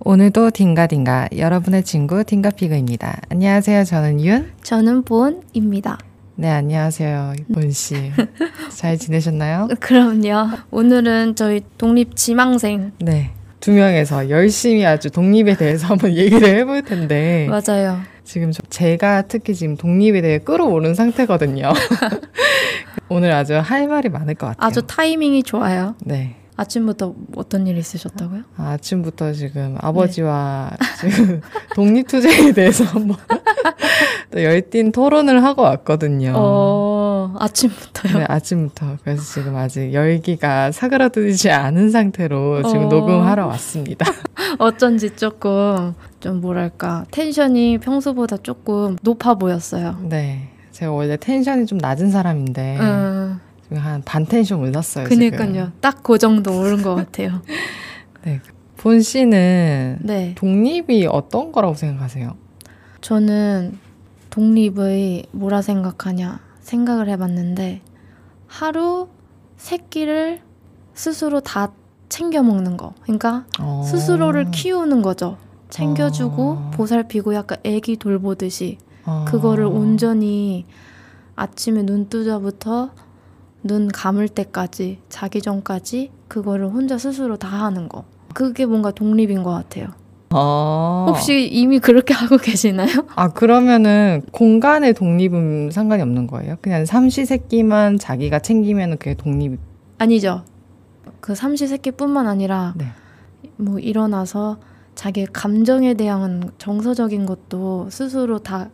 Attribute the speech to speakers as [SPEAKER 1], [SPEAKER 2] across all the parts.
[SPEAKER 1] 오늘도 딩가딩가 여러분의 친구 딩가피그입니다. 안녕하세요. 저는 윤.
[SPEAKER 2] 저는 본입니다.
[SPEAKER 1] 네, 안녕하세요. 본 씨. 잘 지내셨나요?
[SPEAKER 2] 그럼요. 오늘은 저희 독립 지망생
[SPEAKER 1] 네. 두 명에서 열심히 아주 독립에 대해서 한번 얘기를 해볼 텐데
[SPEAKER 2] 네. 맞아요.
[SPEAKER 1] 지금 저- 제가 특히 지금 독립에 대해 끌어오른 상태거든요. 오늘 아주 할 말이 많을 것 같아요.
[SPEAKER 2] 아주 타이밍이 좋아요.
[SPEAKER 1] 네.
[SPEAKER 2] 아침부터 어떤 일 있으셨다고요?
[SPEAKER 1] 아침부터 지금 아버지와
[SPEAKER 2] 네.
[SPEAKER 1] 지금 독립투쟁에 대해서 한번 또 열띤 토론을 하고
[SPEAKER 2] 음.
[SPEAKER 1] 왔거든요.
[SPEAKER 2] 어, 아침부터요.
[SPEAKER 1] 네, 아침부터. 그래서 지금 아직 열기가 사그라들지 않은 상태로 지금
[SPEAKER 2] 어.
[SPEAKER 1] 녹음하러 왔습니다.
[SPEAKER 2] 어쩐지 조금 좀 뭐랄까 텐션이 평소보다 조금 높아 보였어요.
[SPEAKER 1] 네. 제가 원래 텐션이 좀 낮은 사람인데
[SPEAKER 2] 음,
[SPEAKER 1] 지금 한 반 텐션 올랐어요. 지금.
[SPEAKER 2] 그니까요. 딱 그 정도 오른 것 같아요.
[SPEAKER 1] 본 씨는
[SPEAKER 2] 네,
[SPEAKER 1] 독립이 어떤 거라고 생각하세요?
[SPEAKER 2] 저는 독립의 뭐라 생각하냐 생각을 해봤는데 하루 세 끼를 스스로 다 챙겨 먹는 거. 그러니까
[SPEAKER 1] 어.
[SPEAKER 2] 스스로를 키우는 거죠. 챙겨주고
[SPEAKER 1] 어.
[SPEAKER 2] 보살피고 약간 애기 돌보듯이
[SPEAKER 1] 어.
[SPEAKER 2] 그거를 온전히 아침에 눈 뜨자부터 눈 감을 때까지 자기 전까지 그거를 혼자 스스로 다 하는 거. 그게 뭔가 독립인 것 같아요.
[SPEAKER 1] 어.
[SPEAKER 2] 혹시 이미 그렇게 하고 계시나요?
[SPEAKER 1] 아 그러면은 공간의 독립은 상관이 없는 거예요? 그냥 삼시세끼만 자기가 챙기면 그게 독립.
[SPEAKER 2] 아니죠. 그 삼시세끼뿐만 아니라
[SPEAKER 1] 네.
[SPEAKER 2] 뭐 일어나서 자기 감정에 대한 정서적인 것도 스스로 다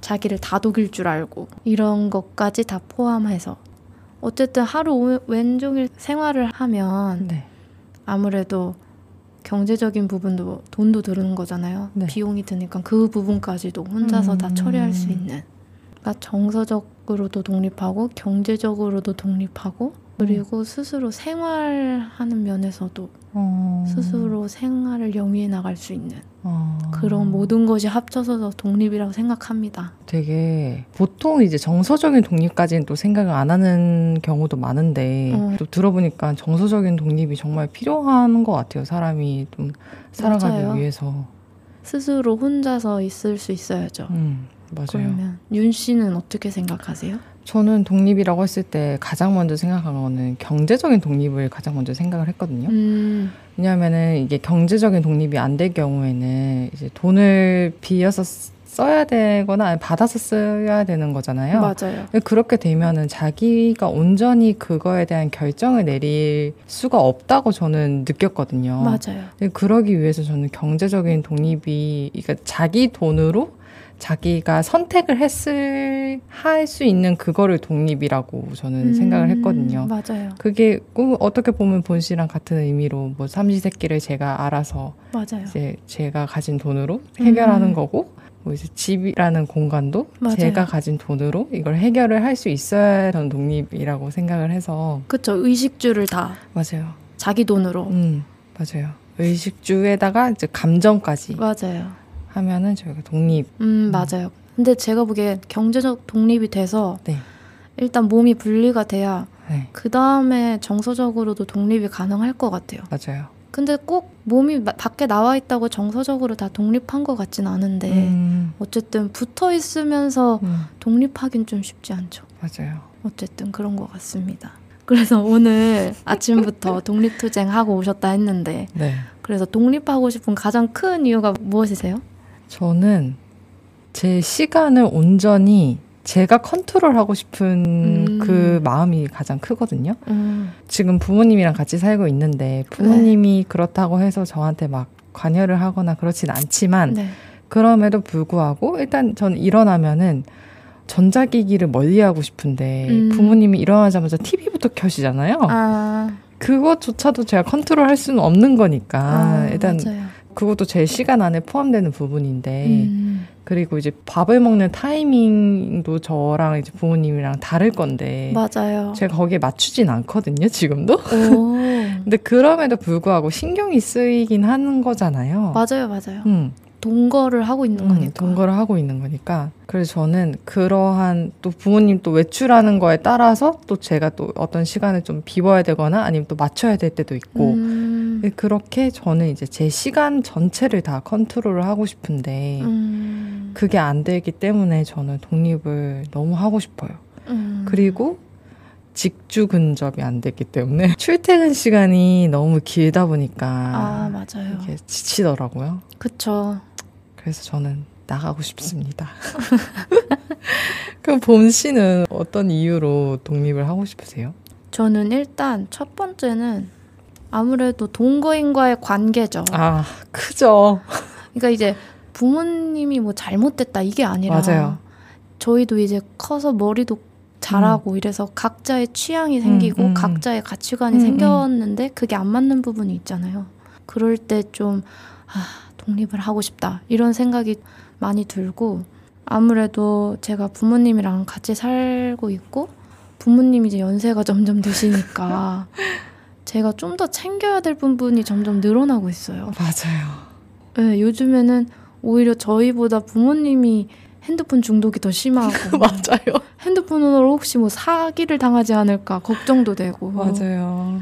[SPEAKER 2] 자기를 다독일 줄 알고 이런 것까지 다 포함해서 어쨌든 하루 오- 왼종일 생활을 하면
[SPEAKER 1] 네.
[SPEAKER 2] 아무래도 경제적인 부분도 돈도 드는 거잖아요.
[SPEAKER 1] 네.
[SPEAKER 2] 비용이 드니까 그 부분까지도 혼자서 다
[SPEAKER 1] 음.
[SPEAKER 2] 처리할 수 있는. 그러니까 정서적으로도 독립하고 경제적으로도 독립하고
[SPEAKER 1] 음.
[SPEAKER 2] 그리고 스스로 생활하는 면에서도
[SPEAKER 1] 어.
[SPEAKER 2] 스스로 생활을 영위해 나갈 수 있는
[SPEAKER 1] 어.
[SPEAKER 2] 그런 모든 것이 합쳐서 더 독립이라고 생각합니다.
[SPEAKER 1] 되게 보통 이제 정서적인 독립까지는 또 생각을 안 하는 경우도 많은데
[SPEAKER 2] 어.
[SPEAKER 1] 또 들어보니까 정서적인 독립이 정말 필요한 것 같아요. 사람이 좀 살아가기
[SPEAKER 2] 맞아요.
[SPEAKER 1] 위해서.
[SPEAKER 2] 스스로 혼자서 있을 수 있어야죠.
[SPEAKER 1] 음, 맞아요.
[SPEAKER 2] 그러면 윤 씨는 어떻게 생각하세요?
[SPEAKER 1] 저는 독립이라고 했을 때 가장 먼저 생각한 거는 경제적인 독립을 가장 먼저 생각을 했거든요.
[SPEAKER 2] 음,
[SPEAKER 1] 왜냐하면은 이게 경제적인 독립이 안 될 경우에는 이제 돈을 빌려서 쓰- 써야 되거나 아니면 받아서 써야 되는 거잖아요.
[SPEAKER 2] 맞아요.
[SPEAKER 1] 근데 그렇게 되면은 자기가 온전히 그거에 대한 결정을 내릴 수가 없다고 저는 느꼈거든요.
[SPEAKER 2] 맞아요.
[SPEAKER 1] 근데 그러기 위해서 저는 경제적인 독립이 그러니까 자기 돈으로 자기가 선택을 했을 할 수 있는 그거를 독립이라고 저는 생각을
[SPEAKER 2] 음,
[SPEAKER 1] 했거든요.
[SPEAKER 2] 맞아요.
[SPEAKER 1] 그게 꿈 어떻게 보면 본씨랑 같은 의미로 뭐 삼시세끼를 제가 알아서
[SPEAKER 2] 맞아요.
[SPEAKER 1] 이제 제가 가진 돈으로 해결하는
[SPEAKER 2] 음.
[SPEAKER 1] 거고 뭐 이제 집이라는 공간도
[SPEAKER 2] 맞아요.
[SPEAKER 1] 제가 가진 돈으로 이걸 해결을 할 수 있어야 저는 독립이라고 생각을 해서
[SPEAKER 2] 그쵸. 의식주를 다
[SPEAKER 1] 맞아요.
[SPEAKER 2] 자기 돈으로.
[SPEAKER 1] 음 맞아요. 의식주에다가 이제
[SPEAKER 2] 어.
[SPEAKER 1] 감정까지
[SPEAKER 2] 맞아요.
[SPEAKER 1] 하면은 저희가 독립.
[SPEAKER 2] 음, 맞아요. 근데 제가 보기엔 경제적 독립이 돼서
[SPEAKER 1] 네.
[SPEAKER 2] 일단 몸이 분리가 돼야
[SPEAKER 1] 네
[SPEAKER 2] 그 다음에 정서적으로도 독립이 가능할 것 같아요.
[SPEAKER 1] 맞아요.
[SPEAKER 2] 근데 꼭 몸이 마- 밖에 나와 있다고 정서적으로 다 독립한 것 같진 않은데
[SPEAKER 1] 음,
[SPEAKER 2] 어쨌든 붙어 있으면서
[SPEAKER 1] 음,
[SPEAKER 2] 독립하긴 좀 쉽지 않죠.
[SPEAKER 1] 맞아요.
[SPEAKER 2] 어쨌든 그런 것 같습니다. 그래서 오늘 아침부터 독립투쟁 하고 오셨다 했는데
[SPEAKER 1] 네
[SPEAKER 2] 그래서 독립하고 싶은 가장 큰 이유가 무엇이세요?
[SPEAKER 1] 저는 제 시간을 온전히 제가 컨트롤하고 싶은
[SPEAKER 2] 음.
[SPEAKER 1] 그 마음이 가장 크거든요.
[SPEAKER 2] 음,
[SPEAKER 1] 지금 부모님이랑 같이 살고 있는데
[SPEAKER 2] 네.
[SPEAKER 1] 부모님이 그렇다고 해서 저한테 막 관여를 하거나 그렇진 않지만
[SPEAKER 2] 네.
[SPEAKER 1] 그럼에도 불구하고 일단 전 일어나면은 전자기기를 멀리하고 싶은데
[SPEAKER 2] 음.
[SPEAKER 1] 부모님이 일어나자마자 TV부터 켜시잖아요.
[SPEAKER 2] 아,
[SPEAKER 1] 그것조차도 제가 컨트롤할 수는 없는 거니까
[SPEAKER 2] 아,
[SPEAKER 1] 일단 예.
[SPEAKER 2] 맞아요.
[SPEAKER 1] 그것도 제 시간 안에 포함되는 부분인데
[SPEAKER 2] 음,
[SPEAKER 1] 그리고 이제 밥을 먹는 타이밍도 저랑 이제 부모님이랑 다를 건데
[SPEAKER 2] 맞아요.
[SPEAKER 1] 예. 제가 거기에 맞추진 않거든요 지금도.
[SPEAKER 2] 오,
[SPEAKER 1] 근데 그럼에도 불구하고 신경이 쓰이긴 하는 거잖아요.
[SPEAKER 2] 맞아요, 맞아요.
[SPEAKER 1] 음,
[SPEAKER 2] 동거를 하고 있는
[SPEAKER 1] 음,
[SPEAKER 2] 거니까.
[SPEAKER 1] 동거를 하고 있는 거니까. 그래서 저는 그러한 또 부모님 또 외출하는 거에 따라서 또 제가 또 어떤 시간을 좀 비워야 되거나 아니면 또 맞춰야 될 때도 있고.
[SPEAKER 2] 음,
[SPEAKER 1] 근데 그렇게 저는 이제 제 시간 전체를 다 컨트롤을 하고 싶은데
[SPEAKER 2] 음.
[SPEAKER 1] 그게 안 되기 때문에 저는 독립을 너무 하고 싶어요.
[SPEAKER 2] 음.
[SPEAKER 1] 그리고 직주 근접이 안 됐기 때문에 출퇴근 시간이 너무 길다 보니까
[SPEAKER 2] 아 맞아요.
[SPEAKER 1] 이게 지치더라고요.
[SPEAKER 2] 그쵸.
[SPEAKER 1] 그래서 저는 나가고 싶습니다. 그럼 봄 씨는 어떤 이유로 독립을 하고 싶으세요?
[SPEAKER 2] 저는 일단 첫 번째는 아무래도 동거인과의 관계죠.
[SPEAKER 1] 아 크죠.
[SPEAKER 2] 그러니까 이제 부모님이 뭐 잘못됐다 이게 아니라
[SPEAKER 1] 맞아요.
[SPEAKER 2] 저희도 이제 커서 머리도 자라고 이래서 각자의 취향이 생기고
[SPEAKER 1] 음, 음.
[SPEAKER 2] 각자의
[SPEAKER 1] 음,
[SPEAKER 2] 가치관이
[SPEAKER 1] 음.
[SPEAKER 2] 생겼는데 그게 안 맞는 부분이 있잖아요. 그럴 때 좀 아, 독립을 하고 싶다 이런 생각이 많이 들고 아무래도 제가 부모님이랑 같이 살고 있고 부모님이 이제 연세가 점점 드시니까 제가 좀 더 챙겨야 될 부분이 점점 늘어나고 있어요.
[SPEAKER 1] 맞아요.
[SPEAKER 2] 네, 요즘에는 오히려 저희보다 부모님이 핸드폰 중독이 더 심하고
[SPEAKER 1] 맞아요.
[SPEAKER 2] 핸드폰으로 혹시 뭐 사기를 당하지 않을까 걱정도 되고
[SPEAKER 1] 맞아요.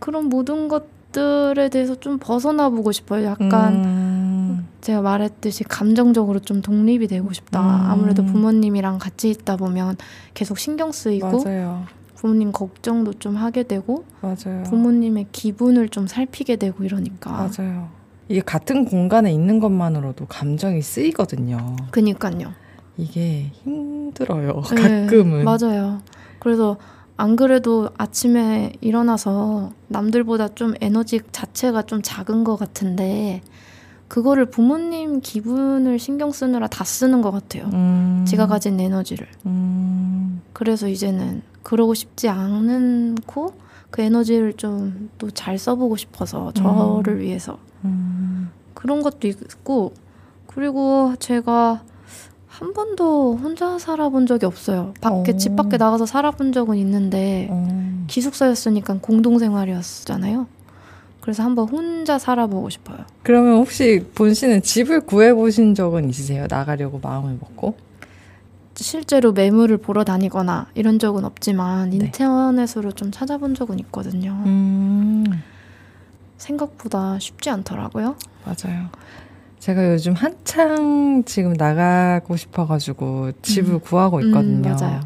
[SPEAKER 2] 그런 모든 것들에 대해서 좀 벗어나 보고 싶어요. 약간
[SPEAKER 1] 음,
[SPEAKER 2] 제가 말했듯이 감정적으로 좀 독립이 되고 싶다.
[SPEAKER 1] 음.
[SPEAKER 2] 아무래도 부모님이랑 같이 있다 보면 계속 신경 쓰이고
[SPEAKER 1] 맞아요.
[SPEAKER 2] 부모님 걱정도 좀 하게 되고
[SPEAKER 1] 맞아요.
[SPEAKER 2] 부모님의 기분을 좀 살피게 되고 이러니까
[SPEAKER 1] 맞아요. 이게 같은 공간에 있는 것만으로도 감정이 쓰이거든요.
[SPEAKER 2] 그니까요.
[SPEAKER 1] 이게 힘들어요.
[SPEAKER 2] 네,
[SPEAKER 1] 가끔은.
[SPEAKER 2] 맞아요. 그래서 안 그래도 아침에 일어나서 남들보다 좀 에너지 자체가 좀 작은 것 같은데 그거를 부모님 기분을 신경 쓰느라 다 쓰는 것 같아요.
[SPEAKER 1] 음,
[SPEAKER 2] 제가 가진 에너지를.
[SPEAKER 1] 음,
[SPEAKER 2] 그래서 이제는 그러고 싶지 않고 그 에너지를 좀 또 잘 써보고 싶어서 저를 위해서
[SPEAKER 1] 음,
[SPEAKER 2] 그런 것도 있고 그리고 제가 한 번도 혼자 살아본 적이 없어요. 밖에
[SPEAKER 1] 어.
[SPEAKER 2] 집 밖에 나가서 살아본 적은 있는데
[SPEAKER 1] 어.
[SPEAKER 2] 기숙사였으니까 공동생활이었잖아요. 그래서 한번 혼자 살아보고 싶어요.
[SPEAKER 1] 그러면 혹시 본 씨는 집을 구해 보신 적은 있으세요? 나가려고 마음을 먹고?
[SPEAKER 2] 실제로 매물을 보러 다니거나 이런 적은 없지만
[SPEAKER 1] 네.
[SPEAKER 2] 인터넷으로 좀 찾아본 적은 있거든요.
[SPEAKER 1] 음,
[SPEAKER 2] 생각보다 쉽지 않더라고요.
[SPEAKER 1] 맞아요. 제가 요즘 한창 지금 나가고 싶어가지고 집을
[SPEAKER 2] 음.
[SPEAKER 1] 구하고 있거든요.
[SPEAKER 2] 음, 맞아요.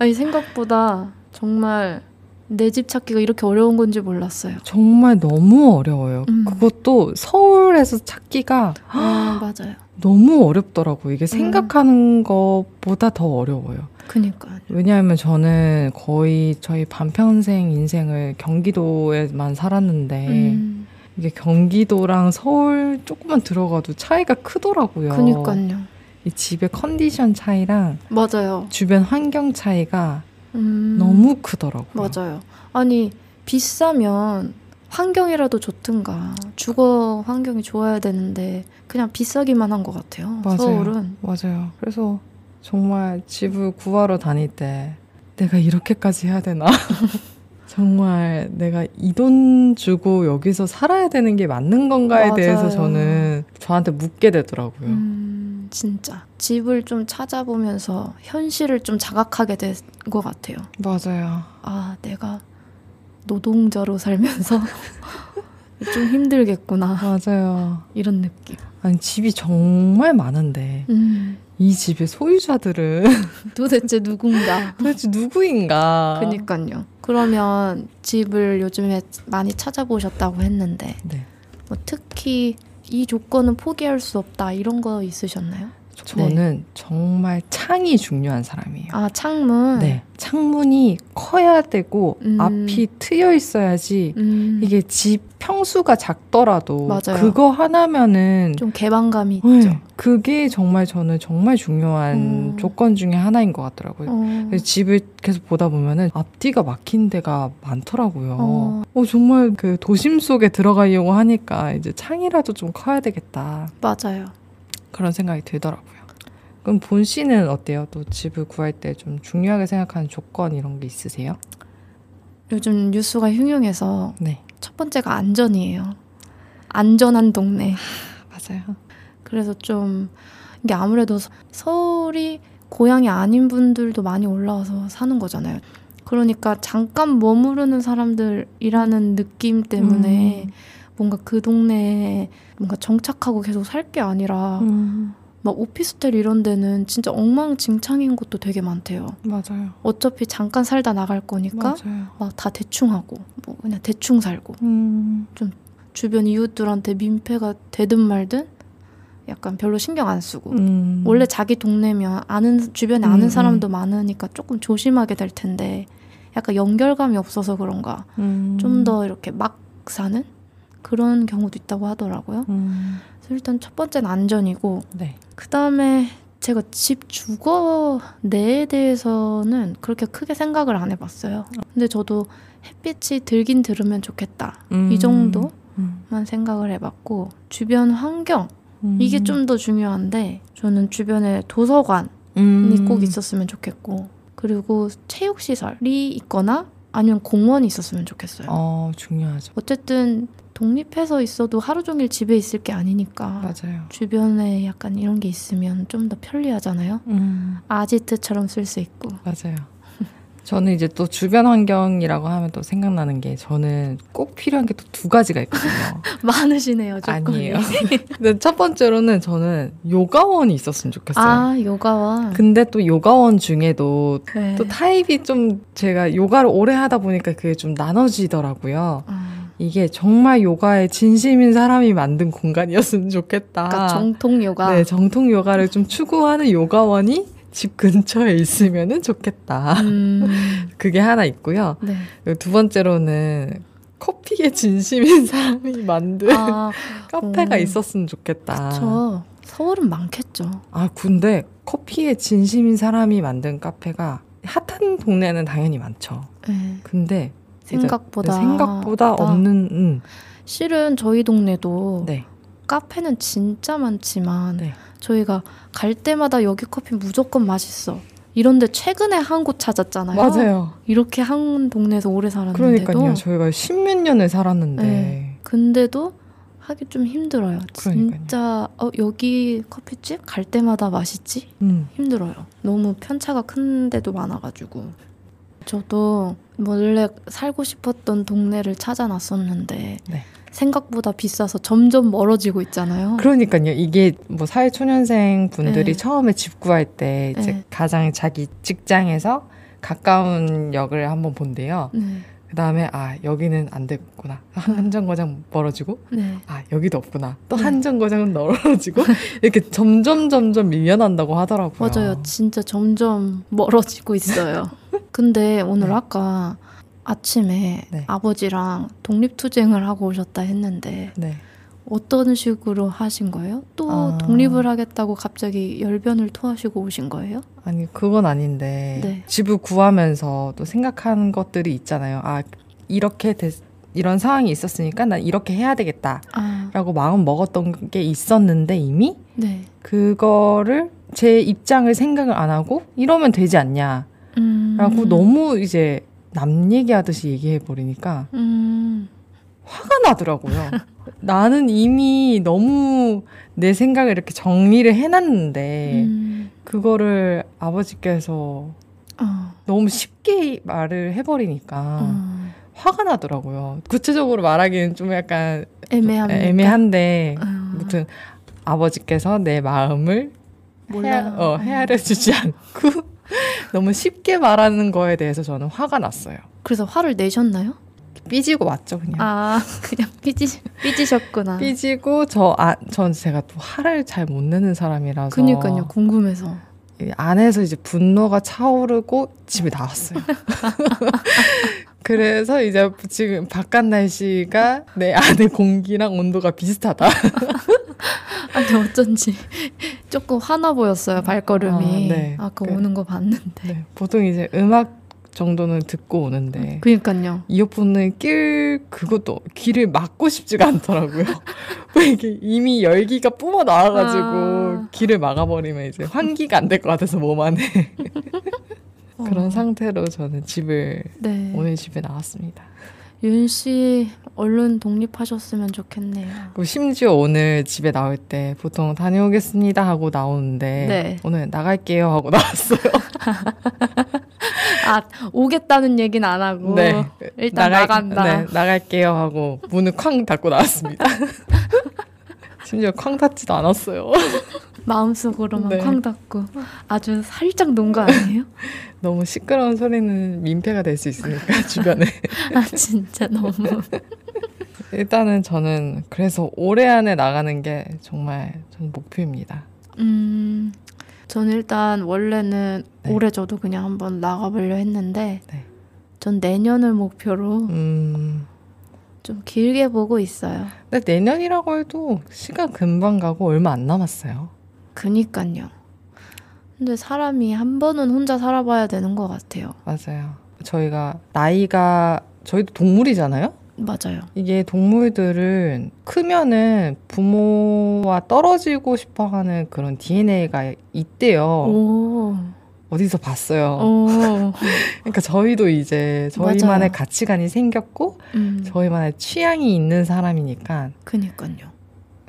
[SPEAKER 2] 아니 생각보다 정말 내 집 찾기가 이렇게 어려운 건지 몰랐어요.
[SPEAKER 1] 정말 너무 어려워요.
[SPEAKER 2] 음.
[SPEAKER 1] 그것도 서울에서 찾기가
[SPEAKER 2] 아, 맞아요.
[SPEAKER 1] 너무 어렵더라고요.
[SPEAKER 2] 음.
[SPEAKER 1] 이게 생각하는 것보다 더 어려워요.
[SPEAKER 2] 그니까요.
[SPEAKER 1] 왜냐하면 저는 거의 저희 반평생 인생을 경기도에만 살았는데
[SPEAKER 2] 음,
[SPEAKER 1] 이게 경기도랑 서울 조금만 들어가도 차이가 크더라고요.
[SPEAKER 2] 그니까요.
[SPEAKER 1] 이 집의 컨디션 차이랑
[SPEAKER 2] 맞아요.
[SPEAKER 1] 주변 환경 차이가
[SPEAKER 2] 음,
[SPEAKER 1] 너무 크더라고요.
[SPEAKER 2] 맞아요. 아니 비싸면 환경이라도 좋든가 주거 환경이 좋아야 되는데 그냥 비싸기만 한 것 같아요.
[SPEAKER 1] 맞아요.
[SPEAKER 2] 서울은
[SPEAKER 1] 맞아요. 그래서 정말 집을 구하러 다닐 때 내가 이렇게까지 해야 되나? 정말 내가 이 돈 주고 여기서 살아야 되는 게 맞는 건가에
[SPEAKER 2] 맞아요.
[SPEAKER 1] 대해서 저는 저한테 묻게 되더라고요.
[SPEAKER 2] 음, 진짜 집을 좀 찾아보면서 현실을 좀 자각하게 된 것 같아요.
[SPEAKER 1] 맞아요.
[SPEAKER 2] 아 내가 노동자로 살면서 좀 힘들겠구나
[SPEAKER 1] 맞아요.
[SPEAKER 2] 이런 느낌.
[SPEAKER 1] 아니, 집이 정말 많은데
[SPEAKER 2] 음,
[SPEAKER 1] 이 집의 소유자들은
[SPEAKER 2] 도대체 누군가.
[SPEAKER 1] 도대체 누구인가?
[SPEAKER 2] 그니까요. 그러면 집을 요즘에 많이 찾아보셨다고 했는데
[SPEAKER 1] 네.
[SPEAKER 2] 뭐 특히 이 조건은 포기할 수 없다 이런 거 있으셨나요?
[SPEAKER 1] 저는 정말 창이 중요한 사람이에요.
[SPEAKER 2] 아 창문.
[SPEAKER 1] 네. 창문이 커야 되고
[SPEAKER 2] 음.
[SPEAKER 1] 앞이 트여 있어야지
[SPEAKER 2] 음,
[SPEAKER 1] 이게 집 평수가 작더라도
[SPEAKER 2] 맞아요.
[SPEAKER 1] 그거 하나면은
[SPEAKER 2] 좀 개방감이
[SPEAKER 1] 네,
[SPEAKER 2] 있죠.
[SPEAKER 1] 그게 정말 저는 정말 중요한
[SPEAKER 2] 음.
[SPEAKER 1] 조건 중에 하나인 것 같더라고요.
[SPEAKER 2] 어,
[SPEAKER 1] 그래서 집을 계속 보다 보면은 앞뒤가 막힌 데가 많더라고요.
[SPEAKER 2] 어.
[SPEAKER 1] 어. 정말 그 도심 속에 들어가려고 하니까 이제 창이라도 좀 커야 되겠다
[SPEAKER 2] 맞아요.
[SPEAKER 1] 그런 생각이 들더라고요. 그럼 본 씨는 어때요? 또 집을 구할 때 좀 중요하게 생각하는 조건 이런 게 있으세요?
[SPEAKER 2] 요즘 뉴스가 흉흉해서
[SPEAKER 1] 네,
[SPEAKER 2] 첫 번째가 안전이에요. 안전한 동네.
[SPEAKER 1] 맞아요.
[SPEAKER 2] 그래서 좀 이게 아무래도 서- 서울이 고향이 아닌 분들도 많이 올라와서 사는 거잖아요. 그러니까 잠깐 머무르는 사람들이라는 느낌 때문에
[SPEAKER 1] 음.
[SPEAKER 2] 뭔가 그 동네에 뭔가 정착하고 계속 살 게 아니라
[SPEAKER 1] 음,
[SPEAKER 2] 막 오피스텔 이런 데는 진짜 엉망진창인 곳도 되게 많대요.
[SPEAKER 1] 맞아요.
[SPEAKER 2] 어차피 잠깐 살다 나갈 거니까
[SPEAKER 1] 맞아요.
[SPEAKER 2] 막 다 대충 하고 뭐 그냥 대충 살고
[SPEAKER 1] 음,
[SPEAKER 2] 주변 이웃들한테 민폐가 되든 말든 약간 별로 신경 안 쓰고
[SPEAKER 1] 음.
[SPEAKER 2] 원래 자기 동네면 아는 주변에
[SPEAKER 1] 음,
[SPEAKER 2] 아는
[SPEAKER 1] 음.
[SPEAKER 2] 사람도 많으니까 조금 조심하게 될 텐데 약간 연결감이 없어서 그런가
[SPEAKER 1] 음.
[SPEAKER 2] 좀 더 이렇게 막 사는 그런 경우도 있다고 하더라고요.
[SPEAKER 1] 음.
[SPEAKER 2] 그래서 일단 첫 번째는 안전이고
[SPEAKER 1] 네.
[SPEAKER 2] 그 다음에 제가 집 주거 내에 대해서는 그렇게 크게 생각을 안 해봤어요. 근데 저도 햇빛이 들긴 들으면 좋겠다 이
[SPEAKER 1] 음.
[SPEAKER 2] 정도만
[SPEAKER 1] 음.
[SPEAKER 2] 생각을 해봤고 주변 환경
[SPEAKER 1] 음.
[SPEAKER 2] 이게 좀 더 중요한데 저는 주변에 도서관
[SPEAKER 1] 음.
[SPEAKER 2] 이 꼭 있었으면 좋겠고 그리고 체육 시설이 있거나 아니면 공원이 있었으면 좋겠어요. 어.
[SPEAKER 1] 어, 중요하죠.
[SPEAKER 2] 쨌든 독립해서 있어도 하루 종일 집에 있을 게 아니니까
[SPEAKER 1] 맞아요.
[SPEAKER 2] 주변에 약간 이런 게 있으면 좀 더 편리하잖아요.
[SPEAKER 1] 음.
[SPEAKER 2] 아지트처럼 쓸 수 있고.
[SPEAKER 1] 맞아요. 저는 이제 또 주변 환경이라고 하면 또 생각나는 게 저는 꼭 필요한 게 또 두 가지가 있거든요.
[SPEAKER 2] 많으시네요, 조건이.
[SPEAKER 1] 아니에요. 근데 첫 번째로는 저는 요가원이 있었으면 좋겠어요.
[SPEAKER 2] 아, 요가와.
[SPEAKER 1] 근데 또 요가원 중에도
[SPEAKER 2] 네.
[SPEAKER 1] 또 타입이 좀 제가 요가를 오래 하다 보니까 그게 좀 나눠지더라고요.
[SPEAKER 2] 아,
[SPEAKER 1] 이게 정말 요가에 진심인 사람이 만든 공간이었으면 좋겠다.
[SPEAKER 2] 그러니까 정통 요가.
[SPEAKER 1] 아. 네, 정통 요가를 좀 추구하는 요가원이 집 근처에 있으면 좋겠다.
[SPEAKER 2] 음,
[SPEAKER 1] 그게 하나 있고요.
[SPEAKER 2] 네.
[SPEAKER 1] 그리고 두 번째로는 커피에 진심인 사람이 만든
[SPEAKER 2] 아,
[SPEAKER 1] 카페가
[SPEAKER 2] 음.
[SPEAKER 1] 있었으면 좋겠다.
[SPEAKER 2] 저 서울은 많겠죠.
[SPEAKER 1] 아, 근데 커피에 진심인 사람이 만든 카페가 핫한 동네는 당연히 많죠.
[SPEAKER 2] 네.
[SPEAKER 1] 근데 이제 네,
[SPEAKER 2] 생각보다
[SPEAKER 1] 생각보다
[SPEAKER 2] 없다.
[SPEAKER 1] 없는 음,
[SPEAKER 2] 실은 저희 동네도
[SPEAKER 1] 네.
[SPEAKER 2] 카페는 진짜 많지만
[SPEAKER 1] 네.
[SPEAKER 2] 저희가 갈 때마다 여기 커피 무조건 맛있어. 이런데 최근에 한 곳 찾았잖아요.
[SPEAKER 1] 맞아요.
[SPEAKER 2] 이렇게 한 동네에서 오래 살았는데도
[SPEAKER 1] 그러니까요. 저희가 십몇 년을 살았는데
[SPEAKER 2] 네. 근데도 하기 좀 힘들어요.
[SPEAKER 1] 그러니까요.
[SPEAKER 2] 진짜 어, 여기 커피집 갈 때마다 맛있지?
[SPEAKER 1] 음,
[SPEAKER 2] 힘들어요. 너무 편차가 큰 데도 많아가지고 저도 원래 살고 싶었던 동네를 찾아놨었는데
[SPEAKER 1] 네.
[SPEAKER 2] 생각보다 비싸서 점점 멀어지고 있잖아요.
[SPEAKER 1] 그러니까요. 이게 뭐 사회초년생 분들이
[SPEAKER 2] 네.
[SPEAKER 1] 처음에 집 구할 때 이제
[SPEAKER 2] 네.
[SPEAKER 1] 가장 자기 직장에서 가까운 역을 한번 본대요.
[SPEAKER 2] 네,
[SPEAKER 1] 그 다음에 아 여기는 안 되겠구나. 한- 한정거장 멀어지고
[SPEAKER 2] 네,
[SPEAKER 1] 아 여기도 없구나. 또
[SPEAKER 2] 네.
[SPEAKER 1] 한정거장은 멀어지고 이렇게 점점 점점 밀려난다고 하더라고요.
[SPEAKER 2] 맞아요. 진짜 점점 멀어지고 있어요. 근데 오늘
[SPEAKER 1] 네.
[SPEAKER 2] 아까 아침에
[SPEAKER 1] 네.
[SPEAKER 2] 아버지랑 독립투쟁을 하고 오셨다 했는데
[SPEAKER 1] 네.
[SPEAKER 2] 어떤 식으로 하신 거예요? 또
[SPEAKER 1] 아.
[SPEAKER 2] 독립을 하겠다고 갑자기 열변을 토하시고 오신 거예요?
[SPEAKER 1] 아니 그건 아닌데
[SPEAKER 2] 네.
[SPEAKER 1] 집을 구하면서 또 생각한 것들이 있잖아요. 아 이렇게 됐- 이런 상황이 있었으니까 난 이렇게 해야 되겠다라고
[SPEAKER 2] 아,
[SPEAKER 1] 마음 먹었던 게 있었는데 이미
[SPEAKER 2] 네.
[SPEAKER 1] 그거를 제 입장을 생각을 안 하고 이러면 되지 않냐라고
[SPEAKER 2] 음.
[SPEAKER 1] 아, 너무 이제 남 얘기하듯이 얘기해 버리니까
[SPEAKER 2] 음.
[SPEAKER 1] 화가 나더라고요. 나는 이미 너무 내 생각을 이렇게 정리를 해놨는데
[SPEAKER 2] 음.
[SPEAKER 1] 그거를 아버지께서
[SPEAKER 2] 어.
[SPEAKER 1] 너무 쉽게 말을 해버리니까
[SPEAKER 2] 어.
[SPEAKER 1] 화가 나더라고요. 구체적으로 말하기는 좀 약간
[SPEAKER 2] 애매합니다.
[SPEAKER 1] 애매한데
[SPEAKER 2] 어.
[SPEAKER 1] 아무튼 아버지께서 내 마음을 헤아,
[SPEAKER 2] 몰라요. 음.
[SPEAKER 1] 어, 헤아려 주지 않고 너무 쉽게 말하는 거에 대해서 저는 화가 났어요.
[SPEAKER 2] 그래서 화를 내셨나요?
[SPEAKER 1] 삐지고 왔죠 그냥.
[SPEAKER 2] 아, 그냥 삐지 삐지셨구나.
[SPEAKER 1] 네. 삐지고 저 아, 전 제가 또 화를 잘 못 내는 사람이라서
[SPEAKER 2] 그니까요. 궁금해서.
[SPEAKER 1] 이 안에서 이제 분노가 차오르고 집에 나왔어요. 그래서 이제 지금 바깥 날씨가 내 안의 공기랑 온도가 비슷하다.
[SPEAKER 2] 네. 아니 어쩐지 조금 화나 보였어요 발걸음이.
[SPEAKER 1] 아,
[SPEAKER 2] 아,
[SPEAKER 1] 네.
[SPEAKER 2] 까
[SPEAKER 1] 그-
[SPEAKER 2] 오는 거 봤는데.
[SPEAKER 1] 네, 보통 이제 음악 정도는 듣고 오는데
[SPEAKER 2] 그니까요.
[SPEAKER 1] 이어폰을 낄 그것도 귀를 막고 싶지가 않더라고요. 왜 이게 이미 열기가 뿜어 나와가지고
[SPEAKER 2] 아.
[SPEAKER 1] 귀를 막아버리면 이제 환기가 안 될 것 같아서 몸 안에 그런 상태로 저는 집을
[SPEAKER 2] 어. 네.
[SPEAKER 1] 오늘 집에 나왔습니다.
[SPEAKER 2] 윤 씨 얼른 독립하셨으면 좋겠네요.
[SPEAKER 1] 그리고 심지어 오늘 집에 나올 때 보통 다녀오겠습니다 하고 나오는데
[SPEAKER 2] 네.
[SPEAKER 1] 오늘 나갈게요 하고 나왔어요.
[SPEAKER 2] 아 오겠다는 얘기는 안 하고 일단
[SPEAKER 1] 네. 나갈-
[SPEAKER 2] 나간다.
[SPEAKER 1] 네, 나갈게요 하고 문을 쾅 닫고 나왔습니다. 심지어 쾅 닫지도 않았어요.
[SPEAKER 2] 마음속으로만
[SPEAKER 1] 네.
[SPEAKER 2] 쾅 닫고 아주 살짝 논 거 아니에요?
[SPEAKER 1] 너무 시끄러운 소리는 민폐가 될 수 있으니까 주변에.
[SPEAKER 2] 아 진짜 너무
[SPEAKER 1] 일단은 저는 그래서 올해 안에 나가는 게 정말 저는 목표입니다.
[SPEAKER 2] 음 저는 일단 원래는
[SPEAKER 1] 네.
[SPEAKER 2] 올해 저도 그냥 한번 나가보려 했는데
[SPEAKER 1] 네.
[SPEAKER 2] 전 내년을 목표로
[SPEAKER 1] 음.
[SPEAKER 2] 좀 길게 보고 있어요.
[SPEAKER 1] 근데 내년이라고 해도 시간 금방 가고 얼마 안 남았어요.
[SPEAKER 2] 그니깐요. 근데 사람이 한 번은 혼자 살아봐야 되는 것 같아요.
[SPEAKER 1] 맞아요. 저희가 나이가 저희도 동물이잖아요.
[SPEAKER 2] 맞아요.
[SPEAKER 1] 이게 동물들은 크면은 부모와 떨어지고 싶어하는 그런 DNA가 있대요.
[SPEAKER 2] 오,
[SPEAKER 1] 어디서 어. 봤어요.
[SPEAKER 2] 오,
[SPEAKER 1] 그러니까 저희도 이제 저희만의
[SPEAKER 2] 맞아요.
[SPEAKER 1] 가치관이 생겼고
[SPEAKER 2] 음,
[SPEAKER 1] 저희만의 취향이 있는 사람이니까
[SPEAKER 2] 그니깐요.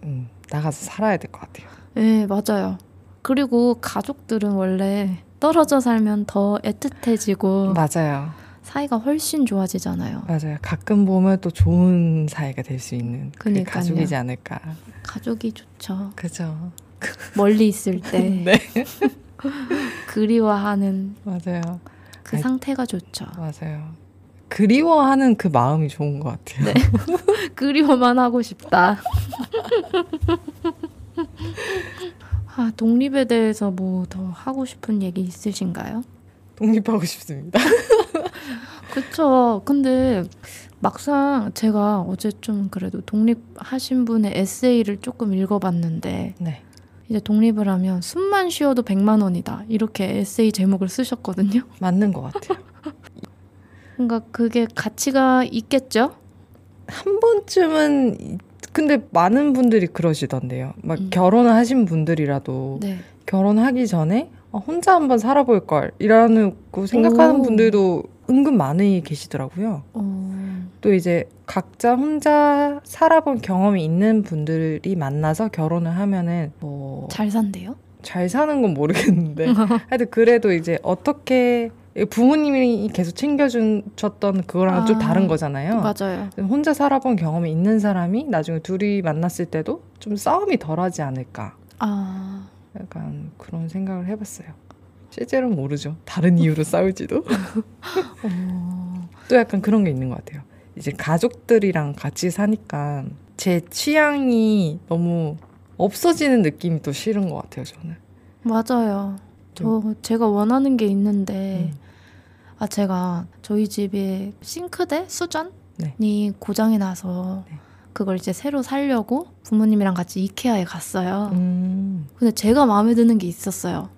[SPEAKER 1] 음, 나가서 살아야 될 것 같아요.
[SPEAKER 2] 예, 맞아요. 그리고 가족들은 원래 떨어져 살면 더
[SPEAKER 1] 어.
[SPEAKER 2] 애틋해지고
[SPEAKER 1] 맞아요.
[SPEAKER 2] 사이가 훨씬 좋아지잖아요.
[SPEAKER 1] 맞아요. 가끔 보면 또 좋은 사이가 될 수 있는 그게
[SPEAKER 2] 그러니까요.
[SPEAKER 1] 가족이지 않을까.
[SPEAKER 2] 가족이 좋죠.
[SPEAKER 1] 그죠.
[SPEAKER 2] 멀리 있을 때
[SPEAKER 1] 네.
[SPEAKER 2] 그리워하는
[SPEAKER 1] 맞아요.
[SPEAKER 2] 그
[SPEAKER 1] 아이.
[SPEAKER 2] 상태가 좋죠.
[SPEAKER 1] 맞아요. 그리워하는 그 마음이 좋은 것 같아요.
[SPEAKER 2] 그리워만 하고 싶다. 아, 독립에 대해서 뭐 더 하고 싶은 얘기 있으신가요?
[SPEAKER 1] 독립하고 싶습니다.
[SPEAKER 2] 그쵸. 근데 막상 제가 어제 좀 그래도 독립하신 분의 에세이를 조금 읽어봤는데
[SPEAKER 1] 네.
[SPEAKER 2] 이제 독립을 하면 숨만 쉬어도 100만 원이다. 이렇게 에세이 제목을 쓰셨거든요.
[SPEAKER 1] 맞는 것 같아요.
[SPEAKER 2] 그러니까 그게 가치가 있겠죠?
[SPEAKER 1] 한 번쯤은 이- 근데 많은 분들이 그러시던데요. 막
[SPEAKER 2] 음.
[SPEAKER 1] 결혼을 하신 분들이라도
[SPEAKER 2] 네.
[SPEAKER 1] 결혼하기 전에 아, 혼자 한번 살아볼 걸 이라고 생각하는
[SPEAKER 2] 오.
[SPEAKER 1] 분들도 은근 많이 계시더라고요.
[SPEAKER 2] 어,
[SPEAKER 1] 또 이제 각자 혼자 살아본 경험이 있는 분들이 만나서 결혼을 하면은 뭐
[SPEAKER 2] 잘 산대요?
[SPEAKER 1] 잘 사는 건 모르겠는데 하여튼 그래도 이제 어떻게 부모님이 계속 챙겨주셨던 그거랑 좀
[SPEAKER 2] 아,
[SPEAKER 1] 다른 거잖아요.
[SPEAKER 2] 맞아요.
[SPEAKER 1] 혼자 살아본 경험이 있는 사람이 나중에 둘이 만났을 때도 좀 싸움이 덜하지 않을까
[SPEAKER 2] 아,
[SPEAKER 1] 약간 그런 생각을 해봤어요. 실제로는 모르죠. 다른 이유로 싸울지도
[SPEAKER 2] 어,
[SPEAKER 1] 또 약간 그런 게 있는 것 같아요. 이제 가족들이랑 같이 사니까 제 취향이 너무 없어지는 느낌이 또 싫은 것 같아요. 저는.
[SPEAKER 2] 맞아요. 저 제가 원하는 게 있는데
[SPEAKER 1] 음.
[SPEAKER 2] 아 제가 저희 집에 싱크대 수전이 고장이 나서
[SPEAKER 1] 네.
[SPEAKER 2] 그걸 이제 새로 살려고 부모님이랑 같이 이케아에 갔어요.
[SPEAKER 1] 음.
[SPEAKER 2] 근데 제가 마음에 드는 게 있었어요.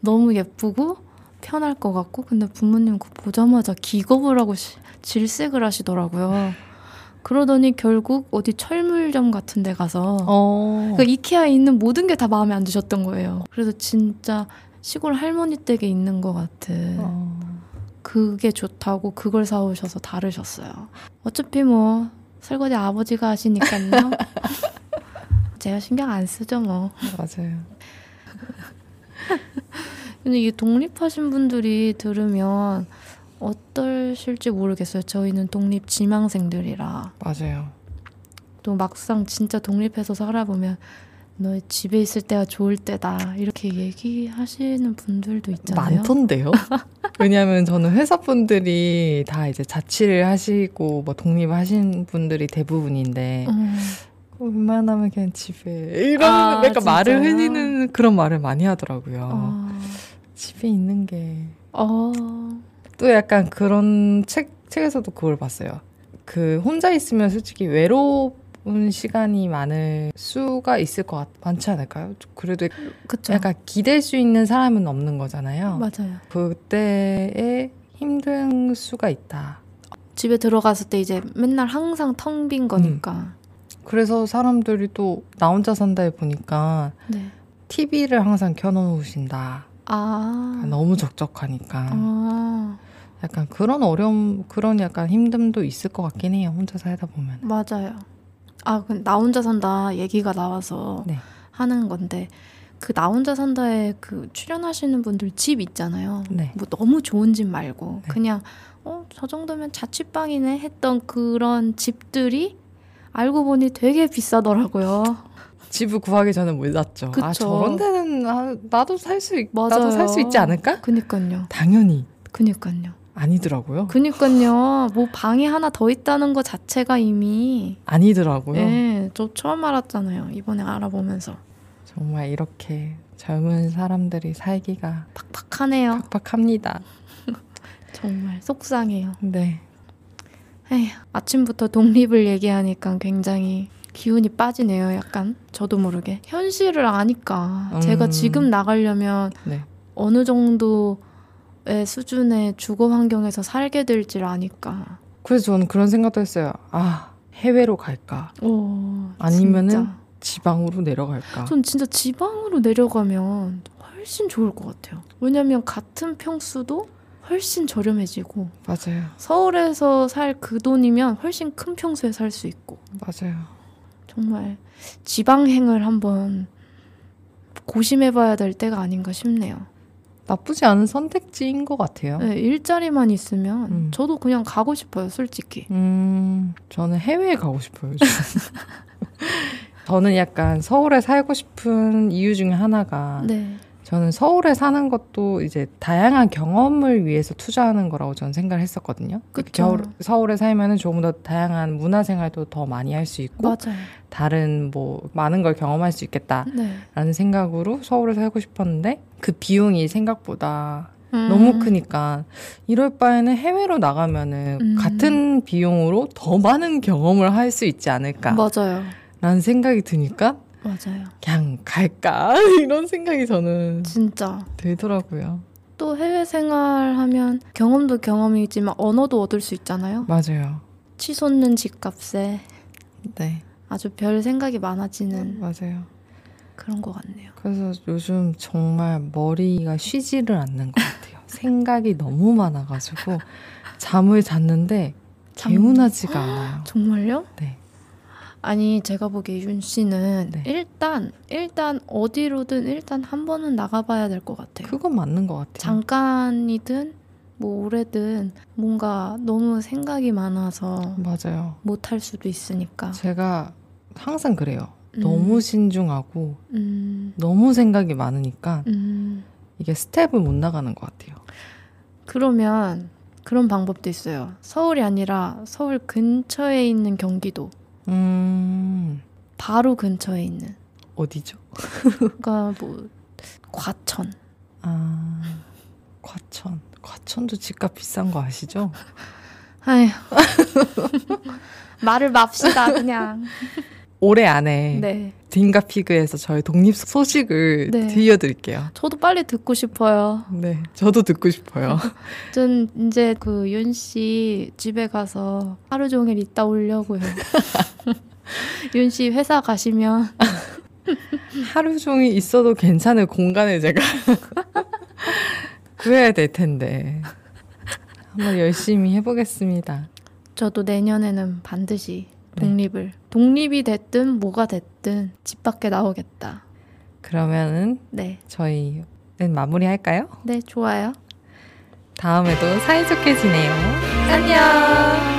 [SPEAKER 2] 너무 예쁘고 편할 것 같고 근데 부모님 그 보자마자 기겁을 하고 시- 질색을 하시더라고요. 그러더니 결국 어디 철물점 같은 데 가서
[SPEAKER 1] 어.
[SPEAKER 2] 그 이케아에 있는 모든 게 다 마음에 안 드셨던 거예요. 그래서 진짜 시골 할머니 댁에 있는 것 같은
[SPEAKER 1] 어.
[SPEAKER 2] 그게 좋다고 그걸 사오셔서 다르셨어요. 어차피 뭐 설거지 아버지가 하시니까요. 제가 신경 안 쓰죠 뭐.
[SPEAKER 1] 맞아요.
[SPEAKER 2] 근데 이게 독립하신 분들이 들으면 어떨실지 모르겠어요. 저희는 독립 지망생들이라
[SPEAKER 1] 맞아요.
[SPEAKER 2] 또 막상 진짜 독립해서 살아보면 너 집에 있을 때가 좋을 때다 이렇게 얘기하시는 분들도 있잖아요.
[SPEAKER 1] 많던데요. 왜냐하면 저는 회사 분들이 다 이제 자취를 하시고 뭐 독립하신 분들이 대부분인데
[SPEAKER 2] 음,
[SPEAKER 1] 웬만하면 그냥 집에 이런
[SPEAKER 2] 아,
[SPEAKER 1] 약간 말을
[SPEAKER 2] 진짜요?
[SPEAKER 1] 흘리는 그런 말을 많이 하더라고요.
[SPEAKER 2] 어.
[SPEAKER 1] 집에 있는 게 또
[SPEAKER 2] 어.
[SPEAKER 1] 약간 그런 책 책에서도 그걸 봤어요. 그 혼자 있으면 솔직히 외로운 시간이 많을 수가 있을 것 같, 많지 않을까요? 그래도
[SPEAKER 2] 그쵸.
[SPEAKER 1] 약간 어. 기댈 수 있는 사람은 없는 거잖아요.
[SPEAKER 2] 맞아요.
[SPEAKER 1] 그때의 힘든 수가 있다.
[SPEAKER 2] 집에 들어갔을 때 이제 맨날 항상 텅 빈 거니까.
[SPEAKER 1] 그래서 사람들이 또 나 혼자 산다에 보니까
[SPEAKER 2] 네.
[SPEAKER 1] TV를 항상 켜놓으신다.
[SPEAKER 2] 아.
[SPEAKER 1] 너무 적적하니까
[SPEAKER 2] 아.
[SPEAKER 1] 약간 그런 어려움, 그런 약간 힘듦도 있을 것 같긴 해요. 혼자 살다 보면.
[SPEAKER 2] 그 맞아요. 아, 근데 나 혼자 산다 얘기가 나와서
[SPEAKER 1] 네.
[SPEAKER 2] 하는 건데 그 나 혼자 산다에 그 출연하시는 분들 집 있잖아요.
[SPEAKER 1] 네.
[SPEAKER 2] 뭐 너무 좋은 집 말고
[SPEAKER 1] 네.
[SPEAKER 2] 그냥 어 저 정도면 자취방이네 했던 그런 집들이 알고 보니 되게 비싸더라고요.
[SPEAKER 1] 집을 구하기 전에 몰랐죠. 아
[SPEAKER 2] 그쵸.
[SPEAKER 1] 저런 데는 아, 나도 살 수
[SPEAKER 2] 맞아요.
[SPEAKER 1] 나도 살 수 있지 않을까?
[SPEAKER 2] 그니까요.
[SPEAKER 1] 당연히
[SPEAKER 2] 그니까요.
[SPEAKER 1] 아니더라고요.
[SPEAKER 2] 그니까요. 뭐 방이 하나 더 있다는 것 자체가 이미
[SPEAKER 1] 아니더라고요.
[SPEAKER 2] 예, 저 처음 알았잖아요. 이번에 알아보면서
[SPEAKER 1] 정말 이렇게 젊은 사람들이 살기가
[SPEAKER 2] 팍팍하네요.
[SPEAKER 1] 팍팍합니다.
[SPEAKER 2] 정말 속상해요.
[SPEAKER 1] 네.
[SPEAKER 2] 에휴, 아침부터 독립을 얘기하니까 굉장히 기운이 빠지네요. 약간 저도 모르게 현실을 아니까
[SPEAKER 1] 음.
[SPEAKER 2] 제가 지금 나가려면
[SPEAKER 1] 네.
[SPEAKER 2] 어느 정도의 수준의 주거 환경에서 살게 될지를 아니까.
[SPEAKER 1] 그래서 저는 그런 생각도 했어요. 아 해외로 갈까?
[SPEAKER 2] 오,
[SPEAKER 1] 아니면은?
[SPEAKER 2] 진짜.
[SPEAKER 1] 지방으로 내려갈까?
[SPEAKER 2] 전 진짜 지방으로 내려가면 훨씬 좋을 것 같아요. 왜냐면 같은 평수도 훨씬 저렴해지고
[SPEAKER 1] 맞아요,
[SPEAKER 2] 서울에서 살 그 돈이면 훨씬 큰 평수에 살 수 있고.
[SPEAKER 1] 맞아요.
[SPEAKER 2] 정말 지방행을 한번 고심해봐야 될 때가 아닌가 싶네요.
[SPEAKER 1] 나쁘지 않은 선택지인 것 같아요.
[SPEAKER 2] 네, 일자리만 있으면
[SPEAKER 1] 음.
[SPEAKER 2] 저도 그냥 가고 싶어요, 솔직히.
[SPEAKER 1] 음, 저는 해외에 가고 싶어요. 요즘. 저는 약간 서울에 살고 싶은 이유 중에 하나가
[SPEAKER 2] 네,
[SPEAKER 1] 저는 서울에 사는 것도 이제 다양한 경험을 위해서 투자하는 거라고 저는 생각을 했었거든요.
[SPEAKER 2] 그쵸.
[SPEAKER 1] 겨울, 서울에 살면은 조금 더 다양한 문화 생활도 더 많이 할 수 있고
[SPEAKER 2] 맞아요.
[SPEAKER 1] 다른 뭐 많은 걸 경험할 수 있겠다라는
[SPEAKER 2] 네.
[SPEAKER 1] 생각으로 서울에 살고 싶었는데 그 비용이 생각보다
[SPEAKER 2] 음,
[SPEAKER 1] 너무 크니까 이럴 바에는 해외로 나가면은
[SPEAKER 2] 음.
[SPEAKER 1] 같은 비용으로 더 많은 경험을 할 수 있지 않을까라는
[SPEAKER 2] 맞아요,
[SPEAKER 1] 생각이 드니까
[SPEAKER 2] 맞아요.
[SPEAKER 1] 그냥 갈까 이런 생각이 저는
[SPEAKER 2] 진짜
[SPEAKER 1] 들더라고요.
[SPEAKER 2] 또 해외 생활하면 경험도 경험이지만 언어도 얻을 수 있잖아요.
[SPEAKER 1] 맞아요.
[SPEAKER 2] 치솟는 집값에
[SPEAKER 1] 네,
[SPEAKER 2] 아주 별 생각이 많아지는
[SPEAKER 1] 맞아요.
[SPEAKER 2] 그런 것 같네요.
[SPEAKER 1] 그래서 요즘 정말 머리가 쉬지를 않는 것 같아요. 생각이 너무 많아가지고 잠을 잤는데
[SPEAKER 2] 잠-
[SPEAKER 1] 개운하지가 않아요.
[SPEAKER 2] 정말요?
[SPEAKER 1] 네.
[SPEAKER 2] 아니 제가 보기에 윤 씨는
[SPEAKER 1] 네.
[SPEAKER 2] 일단 일단 어디로든 일단 한 번은 나가봐야 될 것 같아요.
[SPEAKER 1] 그건 맞는 것 같아요.
[SPEAKER 2] 잠깐이든 뭐 오래든 뭔가 너무 생각이 많아서
[SPEAKER 1] 맞아요.
[SPEAKER 2] 못할 수도 있으니까.
[SPEAKER 1] 제가 항상 그래요.
[SPEAKER 2] 음,
[SPEAKER 1] 그렇죠. 너무 신중하고
[SPEAKER 2] 음,
[SPEAKER 1] 너무 생각이 많으니까
[SPEAKER 2] 음.
[SPEAKER 1] 이게 스텝을 못 나가는 것 같아요.
[SPEAKER 2] 그러면 그런 방법도 있어요. 서울이 아니라 서울 근처에 있는 경기도
[SPEAKER 1] 음
[SPEAKER 2] 바로 근처에 있는
[SPEAKER 1] 어디죠?
[SPEAKER 2] 그러니까 뭐 과천
[SPEAKER 1] 아 과천. 과천도 집값 비싼 거 아시죠?
[SPEAKER 2] 아휴. 말을 맙시다, 그냥.
[SPEAKER 1] 올해 안에
[SPEAKER 2] 네.
[SPEAKER 1] 딘가 피그에서 저의 독립 소식을
[SPEAKER 2] 네.
[SPEAKER 1] 들려드릴게요.
[SPEAKER 2] 저도 빨리 듣고 싶어요.
[SPEAKER 1] 네, 저도 듣고 싶어요.
[SPEAKER 2] 전 이제 그 윤 씨 집에 가서 하루 종일 있다 오려고요. 윤 씨 회사 가시면
[SPEAKER 1] 하루 종일 있어도 괜찮을 공간을 제가 구해야 될 텐데 한번 열심히 해보겠습니다.
[SPEAKER 2] 저도 내년에는 반드시 독립을 독립이 됐든 뭐가 됐든 집 밖에 나오겠다.
[SPEAKER 1] 그러면은
[SPEAKER 2] 네,
[SPEAKER 1] 저희는 마무리할까요?
[SPEAKER 2] 네 좋아요.
[SPEAKER 1] 다음에도 사이좋게 지내요. 안녕.